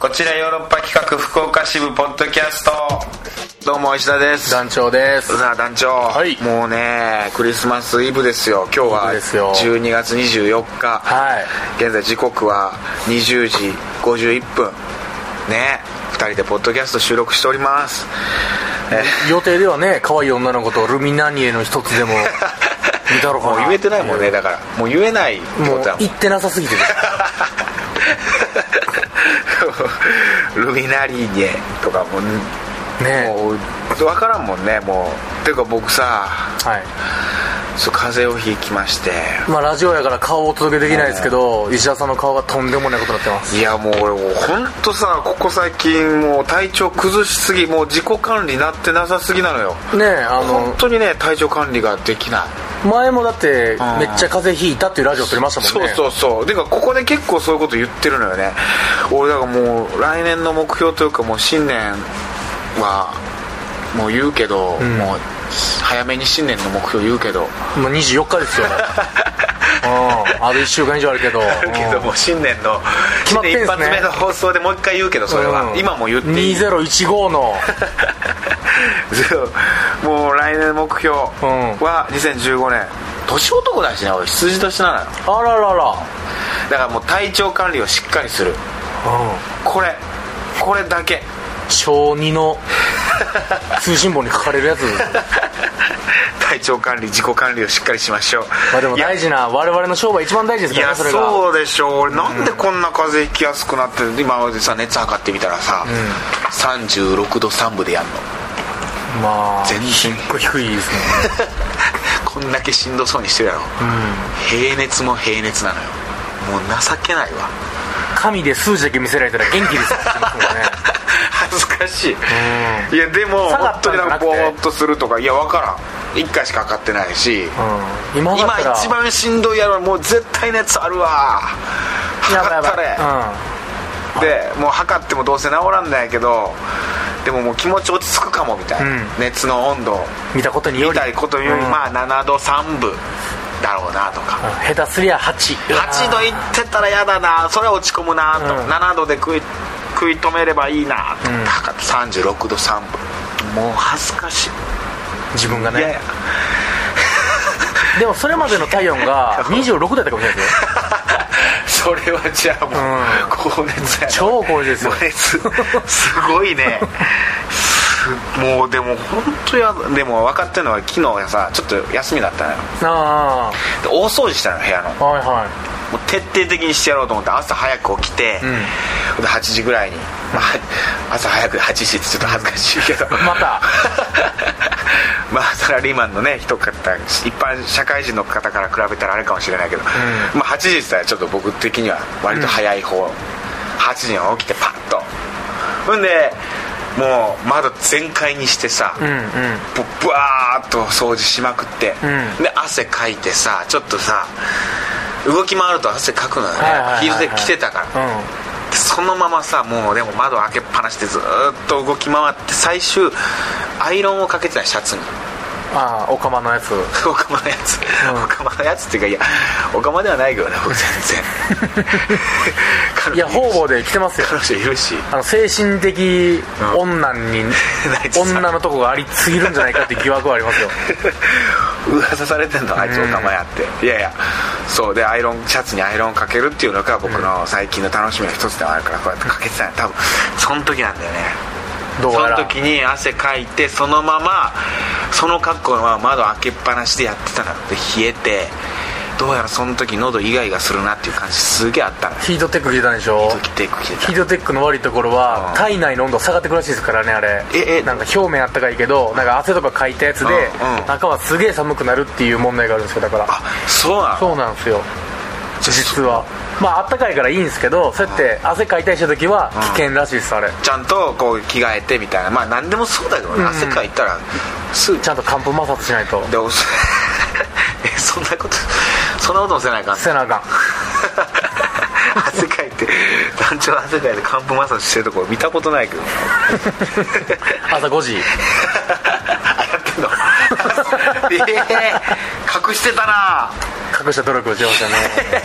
こちらヨーロッパ企画福岡支部ポッドキャストどうも石田です団長ですさあ団長、はいもうねクリスマスイブですよ今日はイブですよ12月24日、はい現在時刻は20時51分ね2人でポッドキャスト収録しておりますえ予定ではね可愛い女の子とルミナニエの一つ でも見たろかもうな言えてないもんねだからもう言えないってもこうとだもん行ってなさすぎてる ルミナリーニェとかもねもう分からんもんねもうていうか僕さはいそう風邪をひきましてまあラジオやから顔をお届けできないですけど石田さんの顔がとんでもないことになってますいやもう俺もう本当さここ最近もう体調崩しすぎもう自己管理なってなさすぎなのよねあ本の当にね体調管理ができない前もだってんめっちゃ風邪ひいたっていうラジオ撮りましたもんねそうそうそうでかここで結構そういうこと言ってるのよね俺だからもう来年の目標というかもう新年はもう言うけど、んもう早めに新年の目標言うけど、もう24日ですようんあと1週間以上あるけどけどもう新年の決新まって年ん一すね発目の放送でもう一回言うけどそれは、うん今も言っていい2015の そうもう来年の目標は2015年年男だしね俺羊年なのよあららら、だからもう体調管理をしっかりするうんこれこれだけ小2の通信簿に書かれるやつ 体調管理自己管理をしっかりしましょうまあでもいや大事な我々の商売一番大事ですいからやねそれがそうでしょう俺なんでこんな風邪ひきやすくなってる今までさ熱測ってみたらさ、36度3分でやんのまあ全然低いですねこんだけしんどそうにしてるやろうん平熱も平熱なのよもう情けないわ 神で数字だけ見せられたら元気ですって言ってますもんね恥ずかしい、ういやでも下本がっ当たにんじゃなんかぼなくてーっとするとかいや分からん1回しか測ってないしうん、今だ今ったら一番しんどいやろもう絶対熱あるわやばいや測ったればでもう測ってもどうせ治らんないけどでももう気持ち落ち着くかもみたいな、うん熱の温度い、うん、見たことによ見りたいことより、うんまあ7度3分だろうなとか、うん下手すりゃ8 8度いってたら嫌だなそれは落ち込むなと、うん7度で食い食い止めればいいなと、うん測って36度3分もう恥ずかしい自分がいやいねやでもそれまでの体 温が26度だったかもしれないですよそれはじゃあもう、高熱やな超高熱ですよ高熱すごいねすもうでも本当やでも分かってるのは昨日さちょっと休みだったのよあで大掃除したの部屋のもあはいはう徹底的にしてやろうと思って朝早く起きて、うで8時ぐらいに、まあ、朝早く8時ってちょっと恥ずかしいけど また まあサラリーマンのね一方一般社会人の方から比べたらあれかもしれないけど、まあ8時って言ったらちょっと僕的には割と早い方、8時には起きてパッとほんでもう窓全開にしてさ、いうんうんぶぶわーっと掃除しまくって、うんで汗かいてさちょっとさ動き回ると汗かくのよね、はいはいはいはいヒールで来てたから、うんでそのままさもうでも窓開けっぱなしでずーっと動き回って最終アイロンをかけてないシャツに ああおかまのやつおかまのやつ、うんおかまのやつっていうかいやおかまではないけどね僕全然彼いや女方々で来てますよ彼女いるしあの精神的女 に、いつさ女のとこがありすぎるんじゃないかって疑惑はあ りますよ噂されてんのあいつおかまやっていやいやそうでアイロンシャツにアイロンかけるっていうのが僕の最近の楽しみの一つではあるからこうやってかけてたんや多分その時なんだよねどうそのやら時に汗かいてそのままその格好のまま窓開けっぱなしでやってたので冷えてどうやらその時喉イガイガするなっていう感じすげえあったのよヒートテック着てたんでしょ時テイク着てたヒートテックの悪いところうは、ん体内の温度下がってくるらしいですからねあれええなんか表面あったかいけどなんか汗とかかいたやつで、うんうん中はすげえ寒くなるっていう問題があるんですよだからあそうなのそうなんですよ実実はまああったかいからいいんですけどそうやって汗かいたりした時は危険らしいですあれちゃんとこう着替えてみたいなまあ何でもそうだけどね、うん汗かいたらすぐちゃんと寒風摩擦しないとでおす えそんなことそんなこともせない かんせなあかん汗かいて団長汗かいて寒風摩擦してるところ見たことないけど朝5時 あやってんのええ隠してたな隠した努力をしましたね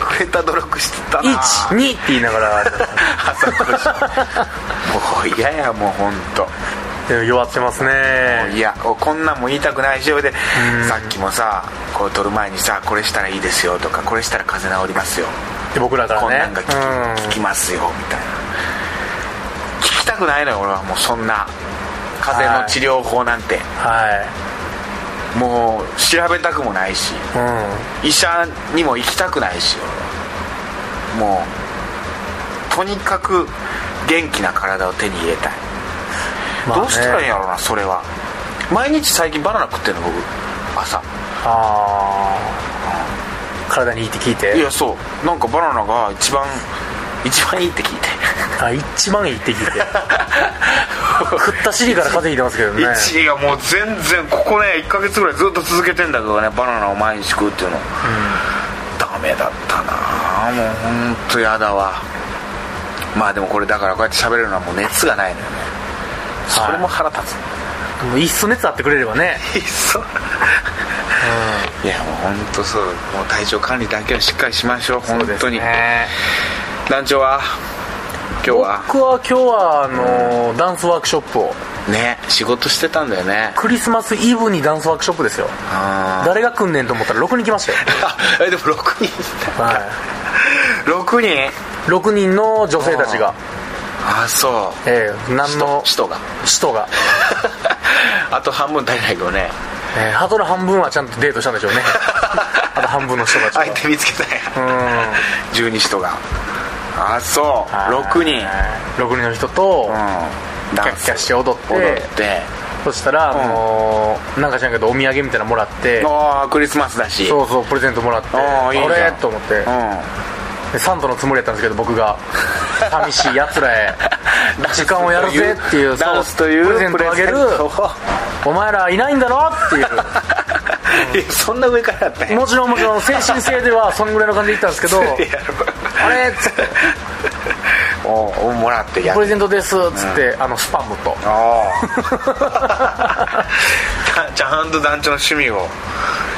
隠れた努力してたな12って言いなが ら朝5時もう嫌やもう本当。弱ってますねいやこんなんも言いたくないしでさっきもさこう撮る前にさこれしたらいいですよとかこれしたら風邪治りますよで僕らからねこんなんが聞き,、うん聞きますよみたいな聞きたくないのよ俺はもうそんな風邪の治療法なんて、はもう調べたくもないしいうん医者にも行きたくないし俺はもうとにかく元気な体を手に入れたい、まあどねうしたらいいんやろうなそれは毎日最近バナナ食ってんの僕朝ああ体にいいって聞いいてやそうなんかバナナが一番一番いいって聞いてあ一番いいって聞い て食った尻から風邪ひいてますけどね1位がもう全然ここね1ヶ月ぐらいずっと続けてんだけどねバナナを毎日食うっていうの、ダメだったなあもうホントやだわまあでもこれだからこうやって喋れるのはもう熱がないのよねそれも腹立つ、もういっそ熱あってくれればね、 い、っそいやもう本当そうもう体調管理だけはしっかりしましょううん本そうで当すに、ね団長は今日は僕は今日はあのーダンスワークショップをね仕事してたんだよねクリスマスイブにダンスワークショップですよあ誰が来んねんと思ったら6人来ましたよ、ー えでも6人は6人 い、6人の女性たちが、ああそうえー、何の使徒が 使徒が、あと半分足りないけどねえー、ハートの半分はちゃんとデートした んでしょうねあと半分の人たちが相手見つけたんやうん12使徒がああそう6人6人の人と、うんキダャンッスキャして踊って踊ってそしたら、んもうなんか知らんけどお土産みたいなのもらってああクリスマスだしそうそうプレゼントもらってああいいじゃんれと思ってうでサンドのつもりやったんですけど 僕が寂しいやつらへ時間をやるぜっていうダンスというそうプレゼントをあげるプレゼントをお前らいないんだろっていんいや そんな上からだったんうやもちろんもちろん精神性ではそんぐらいの感じで言ったんです けどやろあれっつっておおもらってやプるレゼントですっつって、あのスパムとああ ちゃんと団長の趣味を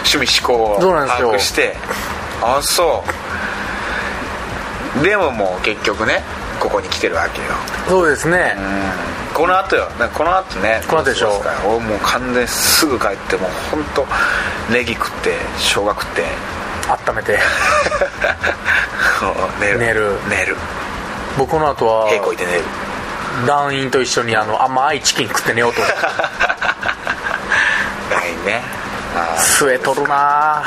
趣味思考をそうなんですよ把握してああそうでももう結局ねここに来てるわけよそうですね、この後よなんかこの後ねこの後でしょどうするんすか俺もう完全にすぐ帰ってもう本当ネギ食って生姜食って温めてもう 寝る 寝る寝る僕この後は平行いて寝る団員と一緒にあの甘いチキン食って寝ようと 思ってないねああ据えとるな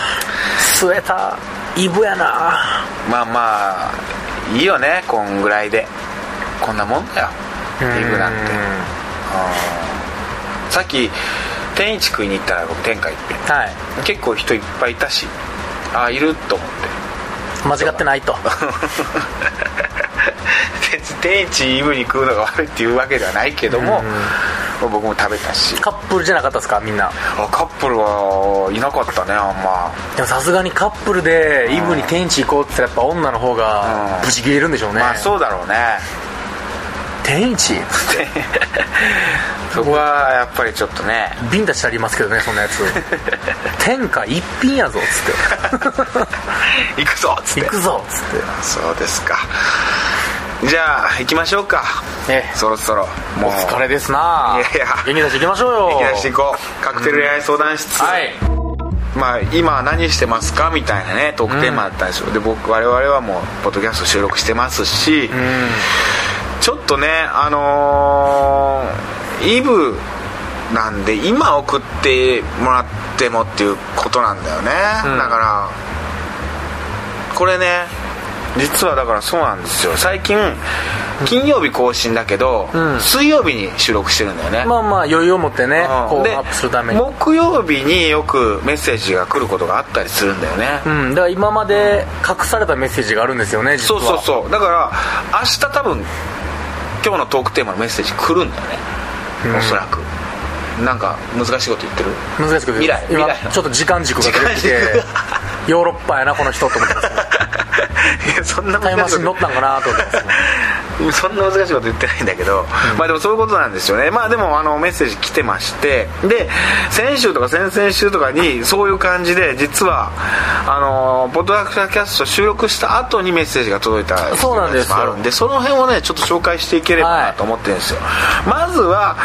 据えたイブやなまあまあいいよねこんぐらいでこんなもんだよリブなんててさっき天一食いに行ったら僕天下一品はい結構人いっぱいいたしああいると思っ間違ってないとて別に天一イブに食うのが悪いっていうわけではないけども僕も食べたしカップルじゃなかったですかみんなあカップルはいなかったねあんまでもさすがにカップルでイブに天地行こうって言ったらやっぱ女の方がうんブチ切れるんでしょうね、まあそうだろうね天地そこはやっぱりちょっとねビンタしてありますけどねそんな やつ天下一品やぞっつっ行くぞっつってて行くぞっつってそうですかじゃあ行きましょうかええそろそろもおう疲れですないやいや元気出していきましょうよ引き出していこうカクテル恋愛相談室、はいまあ、今何してますかみたいなねトークテーマだったんですよ、で僕我々はもうポッドキャスト収録してますし、うんちょっとねあのーイブなんで今送ってもらってもっていうことなんだよね、うんだからこれね実はだからそうなんですよ最近金曜日更新だけど、うん水曜日に収録してるんだよね、まあまあ余裕を持ってね、こうんうでアップするために、う木曜日によくメッセージが来ることがあったりするんだよね、ん、だから今まで隠されたメッセージがあるんですよね実そうはそうそうだから明日多分今日のトークテーマのメッセージ来るんだよね、うんおそらくなんか難しいこと言 ってる難しくて未来今未来のちょっと時間軸が出てきて時間軸ヨ ーロッパやなこの人と思ってますいやそんなタイムマシン乗こ ったんかなと思ってますそんな難しいこと言ってないんだけど、まあでもそういうことなんですよねまあでもあのメッセージ来てましてで先週とか先々週とかにそういう感じで実はあのポッドダクターキャスト収録した後にメッセージが届いたそうなんですよもあるんでその辺をねちょっと紹介していければなと思ってるんですよ、まずは、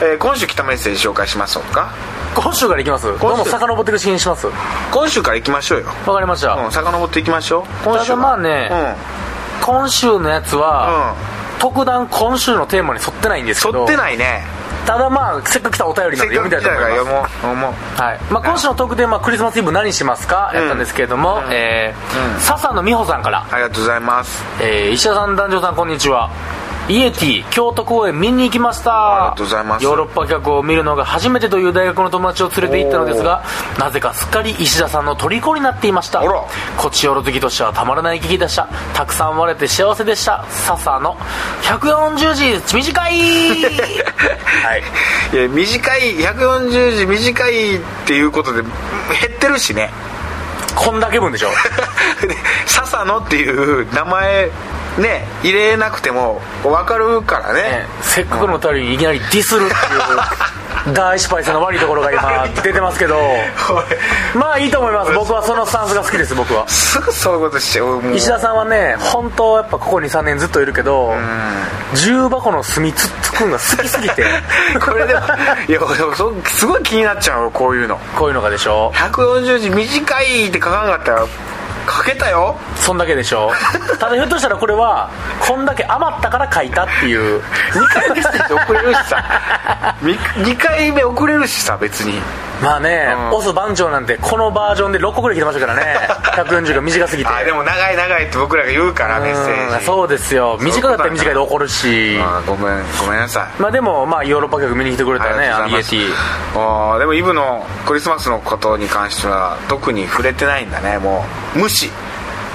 えー今週来たメッセージ紹介しましょうか今週からいきますどうも遡っていくシーンしますわ今週から行きましょうよかりました、うん遡っていきましょう今週はただまあね今週のやつは、特段今週のテーマに沿ってないんですうけん、うん、ど沿ってないねただまあせっかく来たお便りなせんっでか読く来みたたいとか思いらます読もう読もうはいまあ、今週の特典、まあ、クリスマスイブ何しますかやったんですけれども、うんえーうん笹野美穂さんから、ありがとうございますえー石田さん男女さんこんにちはイエティ京都公演見に行きましありたがとうございますヨーロッパ客を見るのが初めてという大学の友達を連れて行ったのですがなぜかすっかり石田さんの虜になっていましたあらこちよろ好きとしてはたまらない聞きでしたたくさん割れて幸せでした笹野140字 短いはいいや短い140字短いっていうことで減ってるしね こんだけ分でしょで笹野っていう名前ね入れなくても分かるからねね、せっかくのお便りにいきなりディスるっていう大失敗さんの悪いところが今出てます けどまあいいと思います僕はそのスタンスが好きです僕は すぐそういうことしちゃうもう石田さんはね本当やっぱここ23年ずっといるけど重箱の隅つっつくんが好きすぎて これでもいやでもそうすごい気になっちゃうよこういうの こういうのがでしょ140字短いって書かなかったら書けたよそんだけでしょ ただひょっとしたらこれはこんだけ余ったから書いたっていう2回メッセージ送れるしさ2回目送れるしさ別にまあね、うんオス番長なんてこのバージョンで6個ぐらい来てましたからね140が短すぎてあでも長い長いって僕らが言うからメッセーうんジそうですよ短かったら短いで怒るしあーごめんごめんなさいまあでもまあヨーロッパ客見に来てくれたらねあありのイがエとうございティますあーでもイブのクリスマスのことに関しては特に触れてないんだねもう無視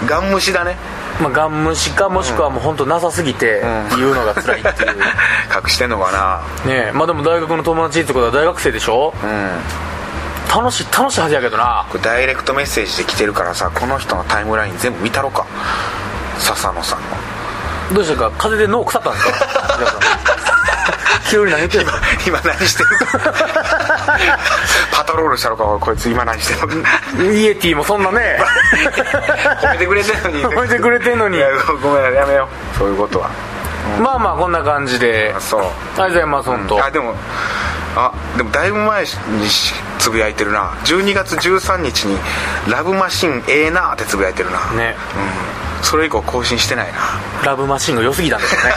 ガン無視だねまあガン無視かもしくはもう本当なさすぎてうん言うのが辛いっ ていう隠してんのかなねえまあでも大学の友達ってことは大学生でしょうん楽しい楽しいはずやけどなこれダイレクトメッセージで来てるからさこの人のタイムライン全部見たろか笹野さんのどうしたか風で脳腐った んですか皆さん急に何言ってんの今何してるか パトロールしたろかおいこいつ今何して るのかイエティもそんなね褒めてくれてるのに 褒めてくれてんのにいやごめんやめようそういうことはまあまあこんな感じであそうありがとうございます本当あでもあでもだいぶ前にしつぶやいてるな12月13日に「ラブマシンええな」ってつぶやいてるなねうんそれ以降更新してないな ラブマシンが良すぎたんでしょうね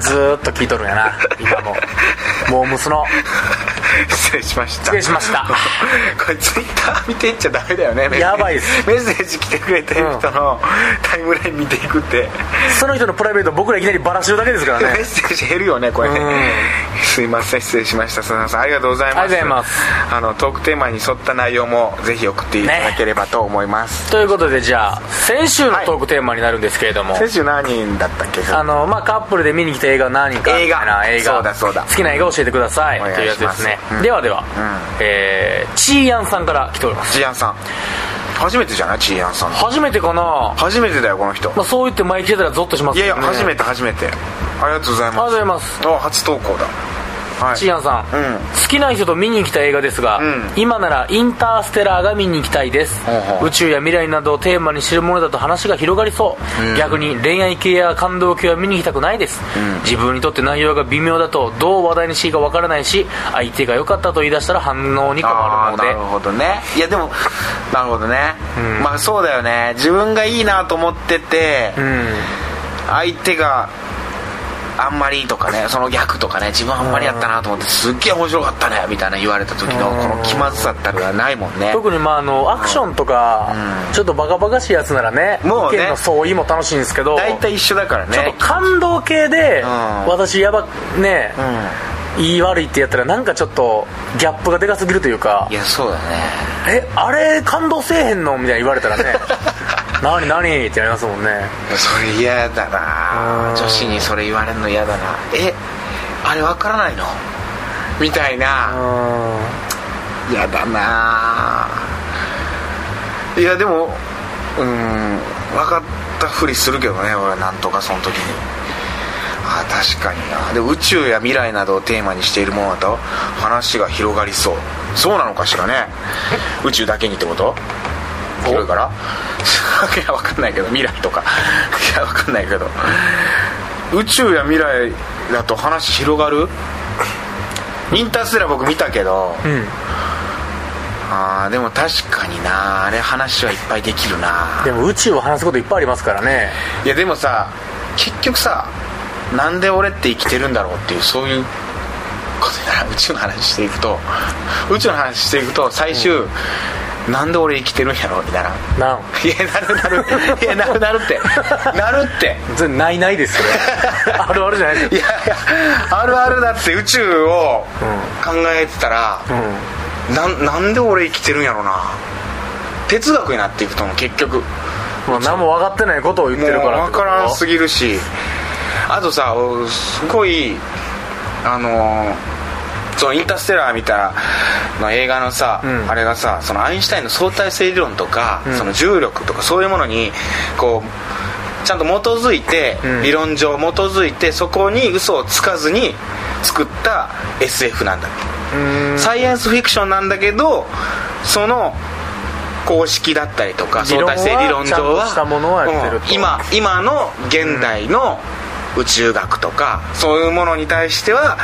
ずーっと聞いとるんやな今もモームスの失礼しました失礼しました これツイッター見ていっちゃダメだよねメッセージやばいっすメッセージ来てくれてる人のタイムライン見ていくって、その人のプライベート僕らいきなりバラしてるだけですからメッねセージ減るよねこれねすいません失礼しましたすみませんありがとうございますありがとうございますあのトークテーマに沿った内容もぜひ送っていただければと思います、ということでじゃあ先週のトークテーマになるんですけれども、選手何人だったっけあのまあカップルで見に来た映画は何か映画みたいな映画そうだそうだ好きな映画教えてくださいお願いというやつですねしますうんではでは、んえー、チーアンさんから来ておりますチーアンさん初めてじゃないチーアンさん初めてかな、初めてだよこの人まあ、そう言って前来てたらゾッとしますいやいやけどね初めて初めてありがとうございありがとまうごすざいますあ初投稿だはいチーアンさん、うん好きな人と見に来た映画ですが、ん今ならインターステラーが見に行きたいです、ほうほう宇宙や未来などをテーマに知るものだと話が広がりそう、逆に恋愛系や感動系は見に行きたくないです、自分にとって内容が微妙だとどう話題にしていいかわからないし相手が良かったと言い出したら反応に困あるあのなるでほどねいやでもなるほどね、うんまあそうだよね自分がいいなと思ってて、うん相手があんまりとかねその逆とかね自分あんまりやったなと思ってすっげえ面白かったねみたいな言われた時のこの気まずさったるはないもんね特にまああのアクションとか、うんちょっとバカバカしいやつならねもうね意見の相違も楽しいんですけど大体一緒だからねちょっと感動系で、ん私やばね、うん言い悪いってやったらなんかちょっとギャップがでかすぎるというかいやそうだね「えあれ感動せえへんの?」みたいな言われた らね「何何?」ってなりますもんねそれ嫌だなうん女子にそれ言われるの嫌だなえあれわからないのみたいな嫌だないやでもうん分かったふりするけどね俺なんとかその時にあー確かになで宇宙や未来などをテーマにしているものだと話が広がりそうそうなのかしらね宇宙だけにってこと広いから いやわかんないけど未来とか いやわかんないけど宇宙や未来だと話広がるインターステラー僕見たけど、うんあーでも確かになあれ話はいっぱいできるなでも宇宙を話すこといっぱいありますからねいやでもさ結局さなんで俺って生きてるんだろうっていうそういうことになら宇宙の話していくと宇宙の話していくと最終、なんで俺生きてるんやろうにならんなんいやなるなるいやなるなるってなるって全然ないないですよ あるあるじゃないですいやいやあるあるだって宇宙を考えてたら、うんなんなんで俺生きてるんやろうな哲学になっていくと思う結局もう何も分かってないことを言ってるからもう分からんすぎぎるしあとさおすごいあのーそのインターステラーみたいな映画のさ、うんあれがさそのアインシュタインの相対性理論とか、んその重力とかそういうものにこうちゃんと基づいて、うん理論上基づいてそこに嘘をつかずに作った SF なんだサイエンスフィクションなんだけどその公式だったりとか理相論は対性理論上はちゃんとしたものをやってるとうん今今の現代の宇宙学とか、そういうものに対しては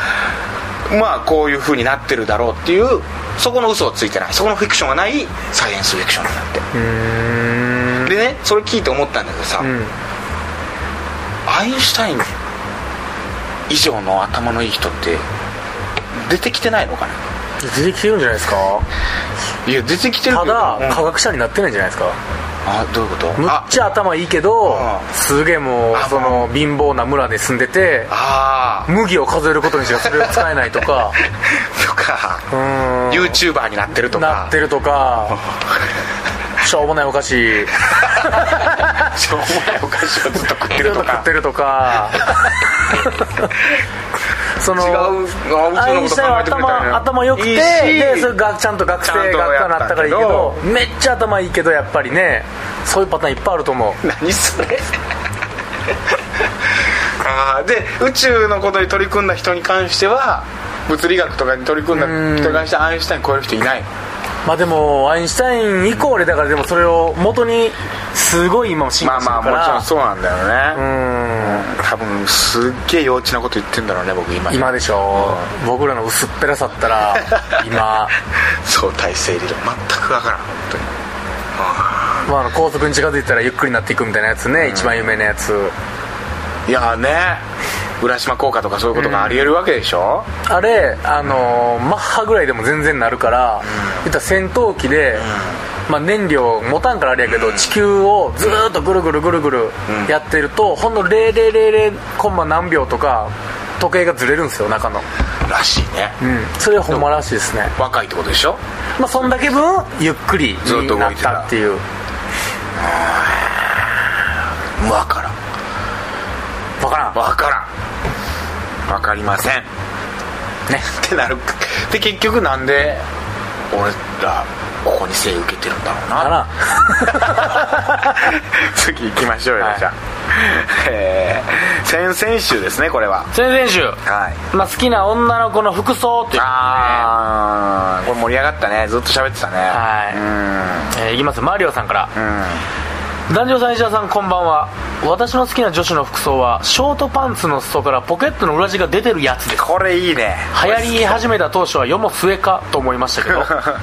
まあこういう風になってるだろうっていうそこの嘘をついてないそこのフィクションがないサイエンスフィクションになってうーんるでねそれ聞いて思ったんだけどさ、うんアインシュタイン以上の頭のいい人って出てきてないのかな出てきてるんじゃないですかいや出てきてるたけどだ、うん科学者になってないんじゃないですかあどういうことむっちゃ頭いいけどうんすげえもうあその貧乏な村で住んでてああ麦を数えることにしかそれを使えないとかとかうーん YouTuber になってるとなかってる とかしょうもないお菓子しょうもないお菓子をずっと食ってると食かってる とかその違うあうちアイのンこシと考ュタインはえてくれたん頭や頭良くていいしでそれがちゃんと学生ちゃん学とや科にったなったからいいけどめっちゃ頭いいけどやっぱりねそういうパターンいっぱいあると思う何それ ああで宇宙のことに取り組んだ人に関しては物理学とかに取り組んだ人に関してアインシュタイン超える人いないまあでもアインシュタイン以降でだからでもそれを元にすごい今も進ま化あしてまあるもかちろらんそうなんだようね、ーん多分すっげえ幼稚なこと言ってんだろうね僕今今でしょ僕らの薄っぺらさったら 今相対性理論全くわからん本当にまああの高速に近づいたらゆっくりになっていくみたいなやつね一番有名なやついやーね浦島効果とかそういうことがありえるわけでしょ、あれ、あのーマッハぐらいでも全然なるから、言ったら戦闘機で、まあ、燃料持たんからあれやけど、地球をずーっとぐるぐるぐるぐるうんやってると、ほんの0.000コンマ何秒とか時計がずれるんですよ中の、らしいね、うん、それはほんまらしいですね、若いってことでしょまあ、そんだけ分ゆっくりずっと動にいてたなったっていうわからん分からんわからんわかりませんっねてなるで結局なんで俺らここに生受けてるんだろうあなら 次行きましょうよ、はいじゃあえー、先々週ですねこれは先々週、はいまあ、好きな女の子の服装っていうああこれ盛り上がったねずっと喋ってたねはいえーいきますマリオさんから、男女さん石田さんこんばんは私の好きな女子の服装はショートパンツの裾からポケットの裏地が出てるやつですこれいいね流行り始めた当初は世も末かと思いまし たけど、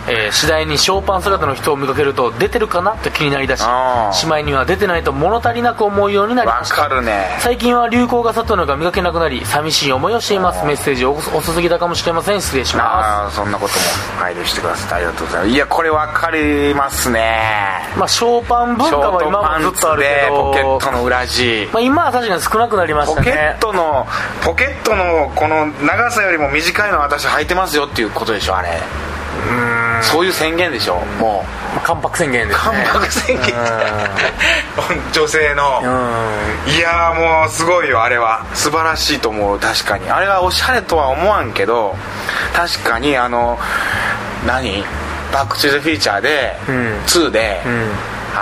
えー次第にショーパン姿の人を見かけると出てるかなと気になりだしあーしまいには出てないと物足りなく思うようになりわましたかるね最近は流行が去ったのが見かけなくなり寂しい思いをしていますメッセージお遅すぎたかもしれません失礼しますああそんなことも配慮してくださってありがとうございますいやこれ分かりますねまあショーパン文シ化ョーはト今パもンずっとあツるけでどポケットの裏地まあ、今は確かに少なくなりましポたケねットのポケットのこの長さよりも短いの私履いてますよっていうことでしょあれそういう宣言でしょもう関白宣言ですね関白宣言 女性うのんいやーもうすごいよあれは素晴らしいと思う確かにあれはおしゃれとは思わんけど確かにあの何バック・トゥ・ザ・フィーチャーで、うん2で、うん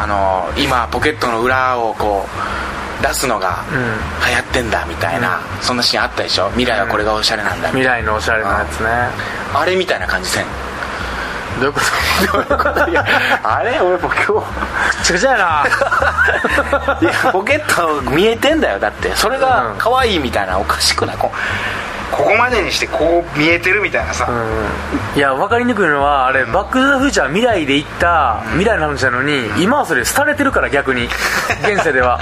あの今ポケットの裏をこう出すのがん流行ってんだみたいな、そんなシーンあったでしょ未来はこれがおしゃれなんだ、未来のおしゃれなやつねあれみたいな感じ せんどういうことあれ俺も今くちゃくちゃやな日いやポケット見えてんだよだってそれが可愛いみたいなおかしくないこうここまでにしてこ う見えてるみたいなさ、いや分かりにくいのはあれ「バック・トゥ・ザ・フューチャー」未来で行った未来の話なのに今はそれ廃れてるから 逆に現世では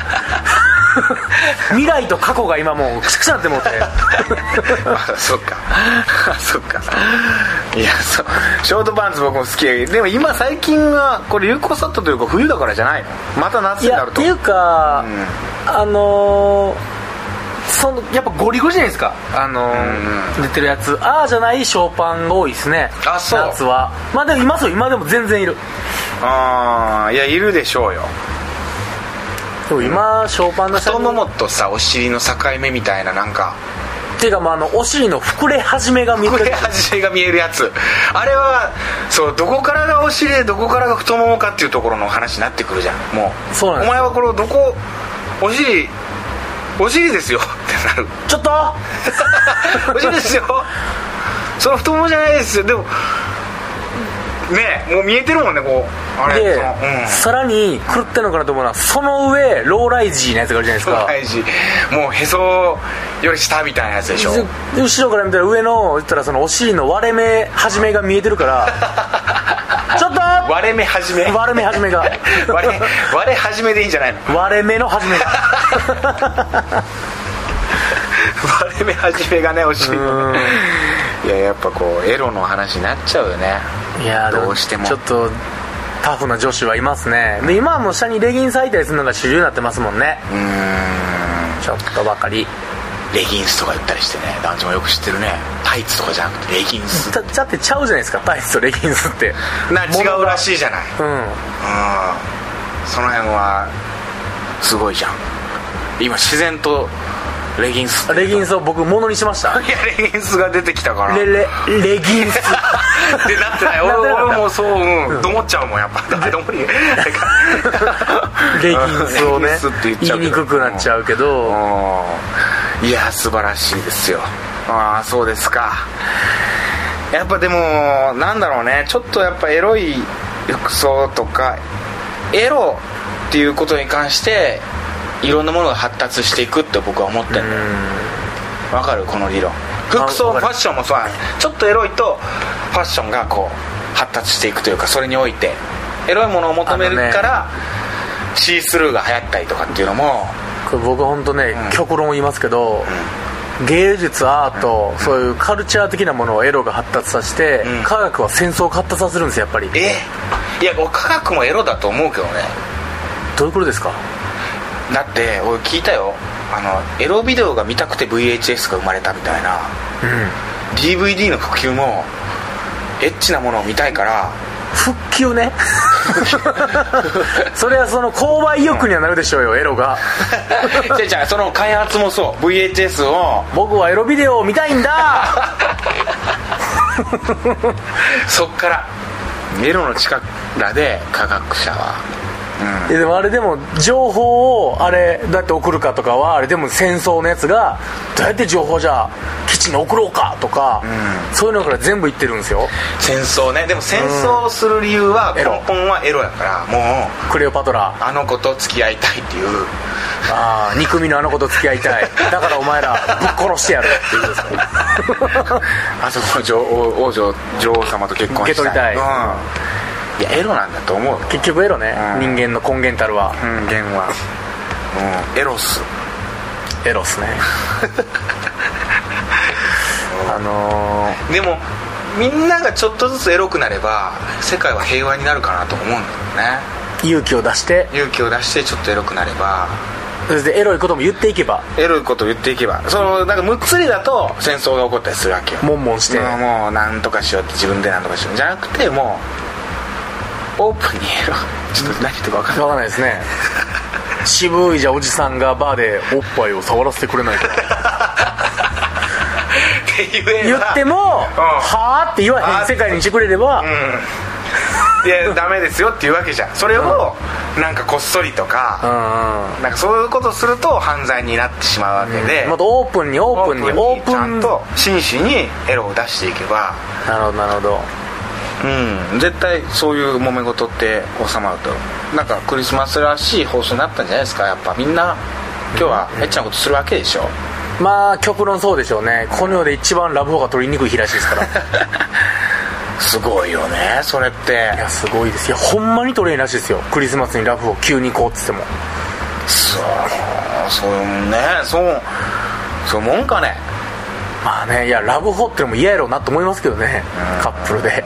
未来と過去が今もうくしゃくしゃなってもうてあ そっか そっかいやそうショートパンツ僕も好きやけどでも今最近はこれ有効さったというか冬だからじゃないのまた夏いになやるっとていうか、あのーそのやっぱゴリゴリじゃないですか、あのー出てるやつああじゃないショーパンが多いですねあそう夏はまあでもいますよ今でも全然いるああいやいるでしょうよでも今、ショーパンの下太にももとさお尻の境目みたいななんかっていうか、まあ、あのお尻の膨れ始めが見これれ味が見えるやつあれはそうどこからがお尻でどこからが太ももかっていうところの話になってくるじゃんもうそうなんですお前はこれをどこお尻お尻ですよってなるちょっとお尻ですよその太ももじゃないですよでもねえもう見えてるもんねこうあれで、そのうんさらに狂ってんのかなと思うのはその上ローライジーなやつがあるじゃないですか大事もうへそより下みたいなやつでしょで後ろから見たら上の言ったらそのお尻の割れ目始めが見えてるから ちょっと割れ目始め割割れ目始めがれ割れ始めでいいんじゃないの割れ目の始めが 割れ目始めがねお尻のね いややっぱこうエロの話になっちゃうよねいやーどうしてもちょっとタフな女子はいますねで今はもう下にレギン咲いたりするのが主流になってますもんねうーんちょっとばかりレギンスとか言ったりしてね男女もよく知ってるねタイツとかじゃなくてレギンスだだってちゃうじゃないですかタイツとレギンスってな違うらしいじゃないううんんその辺はすごいじゃん今自然とレギンスレギンスを僕物にしましたいやレギンスが出てきたからレっレレギ ンスてなって ない俺なってなかった俺もそううんと思っちゃうもんやっぱだどもに レギンスをねレギンスって言っちゃ言うけどいにくくなっちゃうけど、うんいや素晴らしいですよああそうですかやっぱでもなんだろうねちょっとやっぱエロい服装とかエロっていうことに関していろんなものが発達していくって僕は思ってんだよわかるこの理論服装あフわかァるッションもそうなんちょっとエロいとファッションがこう発達していくというかそれにおいてエロいものを求めるから、シースルーが流行ったりとかっていうのもこれ僕本当ね、うん極論を言いますけど、芸術アート、そういうカルチャー的なものをエロが発達させて、うん科学は戦争を発達させるんですよやっぱりえいや科学もエロだと思うけどねどういうことですかだって俺聞いたよあのエロビデオが見たくて VHS が生まれたみたいなうん DVD の普及もエッチなものを見たいから 復旧ねそれはその購買意欲にはなるでしょうよエロがじゃじゃその開発もそう VHS を僕はエロビデオを見たい んだそっからエロの力で科学者は、いやでもあれでも情報をあれどうやって送るかとかはあれでも戦争のやつがどうやって情報じゃあ基地に送ろうかとか、うそういうのから全部言ってるんですよ戦争ねでも戦争をする理由はエ根ロ本はエロやからもうクレオパトラあの子と付き合いたいっていうああ憎みのあの子と付き合いたいだからお前らぶっ殺してやるっていうことですかあそこの女王王女女王様と結婚したい受け取りたいうん、いやエロなんだと思うよ結局エロね、うん人間の根源たるはうん弦は、うん、エロスエロっ すねあのーでもみんながちょっとずつエロくなれば世界は平和になるかなと思うんだよね勇気を出して勇気を出してちょっとエロくなればそしてエロいことも言っていけばエロいことを言っていけばそのなんかむっつりだと戦争が起こったりするわけよもんもんして、もうもうなんとかしようって自分でなんとかしようじゃなくてもうオープンにエロちょっと何言ってるか分かんないわかんないですね渋いじゃおじさんがバーでおっぱいを触らせてくれないかって言え言ばっても、はあって言わへん世界にしてくれれば、いやダメですよっていうわけじゃんそれを、なんかこっそりとか、うんうんなんかそういうことすると犯罪になってしまうわけで、もっとオープンにオープンにオープちゃンんと真摯にエロを出していけばなるほどなるほどうん絶対そういう揉め事って収まるとなんかクリスマスらしい放送になったんじゃないですかやっぱみんな今日はエッチなことするわけでしょ、まあ極論そうでしょうねこの世で一番ラブホが取りにくい日らしい ですからいすごいよねそれってやすごいですいやほんまに取れんらしいですよクリスマスにラブホ急に行こうっつってもそうそうねそうそうもんかねまあねいやラブホってのも嫌やろうなと思いますけどねカップルで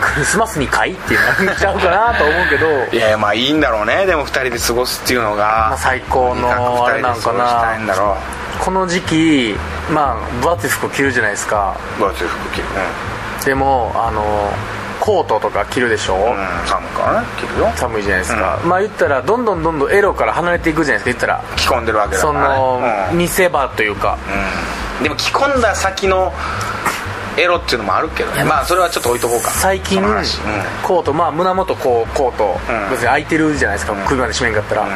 クリスマスにかいってなっちゃうかなと思うけどいやいやまあいいんだろうねでも2人で過ごすっていうのまがあ最高のあれなんかとにく二人で過ごしたいんなだろうこの時期まあ分厚い服着るじゃないですか分厚い服着るでもあのコートとか着るでしょ、うん、うん、寒いからね着るよ寒いじゃないですか、まあ言ったらどんどんどんどんエロから離れていくじゃないですか言ったら着込んでるわけだかそらねの、うん見せ場というか、うんでも着込んだ先のエロっていうのもあるけどねまあそれはちょっと置いとこうか最近、その話うんコートまあ胸元こうコート、うん別に開いてるじゃないですか、ん首まで締めんかったら、うん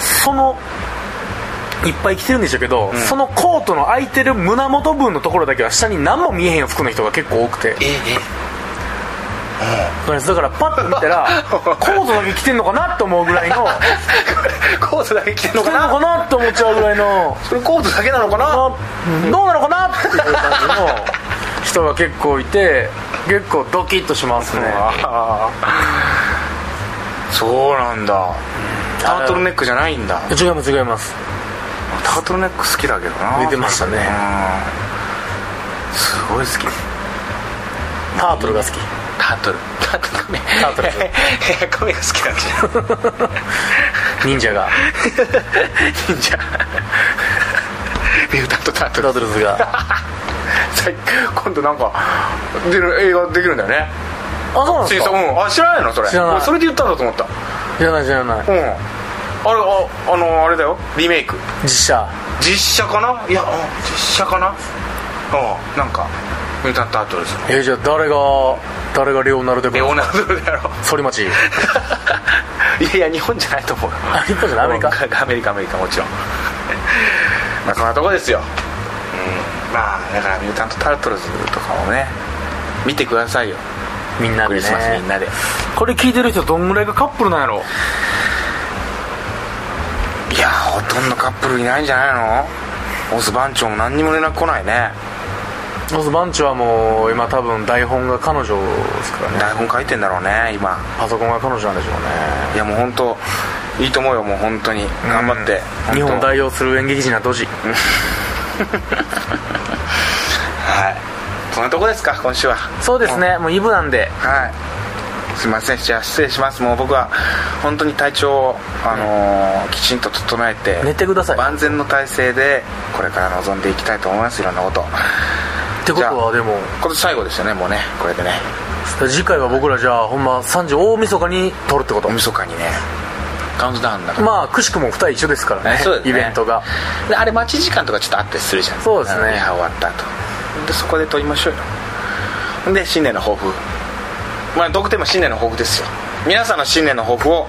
そのいっぱい着てるんでしょうけど、そのコートの開いてる胸元分のところだけは下に何も見えへんよ服の人が結構多くてええ わかりますだからパッと見 たらコートだけ着てんのかなと思うぐらいのえコートだけ着てんの着てかんのなかなと思っちゃうぐら いのそれコートだけなのかなあどうなのかなっていう感じの人が結構いて結構ドキッとしますねあーそうなんだタートルネックじゃないんだ違います違いますタートルネック好きだけどな出てましたうねんすごい好きタートルが好きタートル タートルねタートル髪が好きなんじゃ忍者がないんじゃミュータントタートタルートルズ がさ今度なんか出る映画できるんだよねあそうなんです小さかうんあ知らないのそれ知らない俺それで言ったんだと思った知らない知らないうんあれああのあれだよリメイク実写実写かないやうん実写かなうんなんかミュータントタートルズのえーじゃあ誰が誰がレオナルドレかオナルドだろ反 町いやいや日本じゃないと思うあ日本じゃないアメリ カアメリカアメリカもちろん まあそんなとこですよ、うん、まあだからミュータント・タートルズとかもね見てくださいよみんなクでリスマスみんねなでこれ聞いてる人どんぐらいがカップルなんやろいやほとんどカップルいないんじゃないのオス番長も何にも連絡来ないねまずバンチはもう今多分台本が彼女ですからね台本書いてんだろうね今パソコンが彼女なんでしょうねいやもう本当いいと思うよもう本当に頑張って、うん日本本当代表する演劇人などじはいそんなとこですか今週はそうですねもうイブなんではいすいませんじゃあ失礼しますもう僕は本当に体調を、あのーきちんと整えて寝てくださいっ万全の体制でこれから臨んでいきたいと思いますいろんなことてことじゃはあでも今年最後ですよねもうねこれでね次回は僕らじゃあほんま3時大晦日に撮るってこと大晦日にねカウントダウンだから、まあくしくも2人一緒ですからねねそうですねイベントがであれ待ち時間とかちょっとあったりするじゃんそうですねリハ終わった後でそこで撮りましょうよで新年の抱負まあ特典も新年の抱負ですよ皆さんの新年の抱負を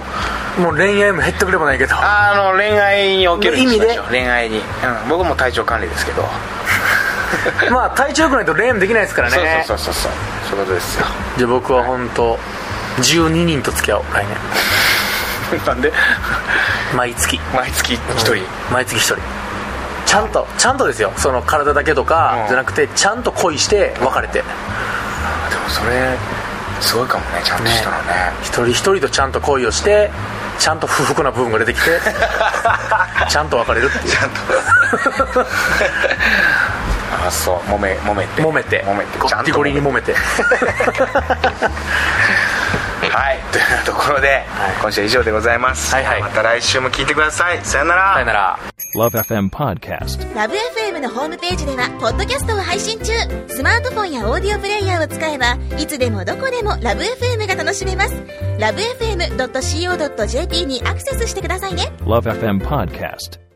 もう恋愛も減ってくれもないけどあの恋愛におけるの意味人でたちは恋愛に、うん、僕も体調管理ですけど、 まあ体調良くないと恋愛もできないですからそうねそうそうそうそういうことですよ じゃあ僕は本当12人と付き合おう来年なんで毎月毎月一人、毎月1人ちゃんとちゃんとですよその体だけとかうんじゃなくてちゃんと恋して別れてでもそれすごいかもねちゃんとしたのね一人一人とちゃんと恋をしてちゃんと不服な部分が出てきて ちゃんと別れるっていちゃんとあそう揉め揉めてう揉めて揉めてゴッティゴリにも 揉めてはいというところで、はい今週は以上でございます、はいはいまた来週も聞いてくださいさよならさよなら Love FM Podcast. ラブ f m のホームページではポッドキャストを配信中スマートフォンやオーディオプレイヤーを使えばいつでもどこでもラブ f m が楽しめますラブ FM.co.jp にアクセスしてくださいね Love FM Podcast.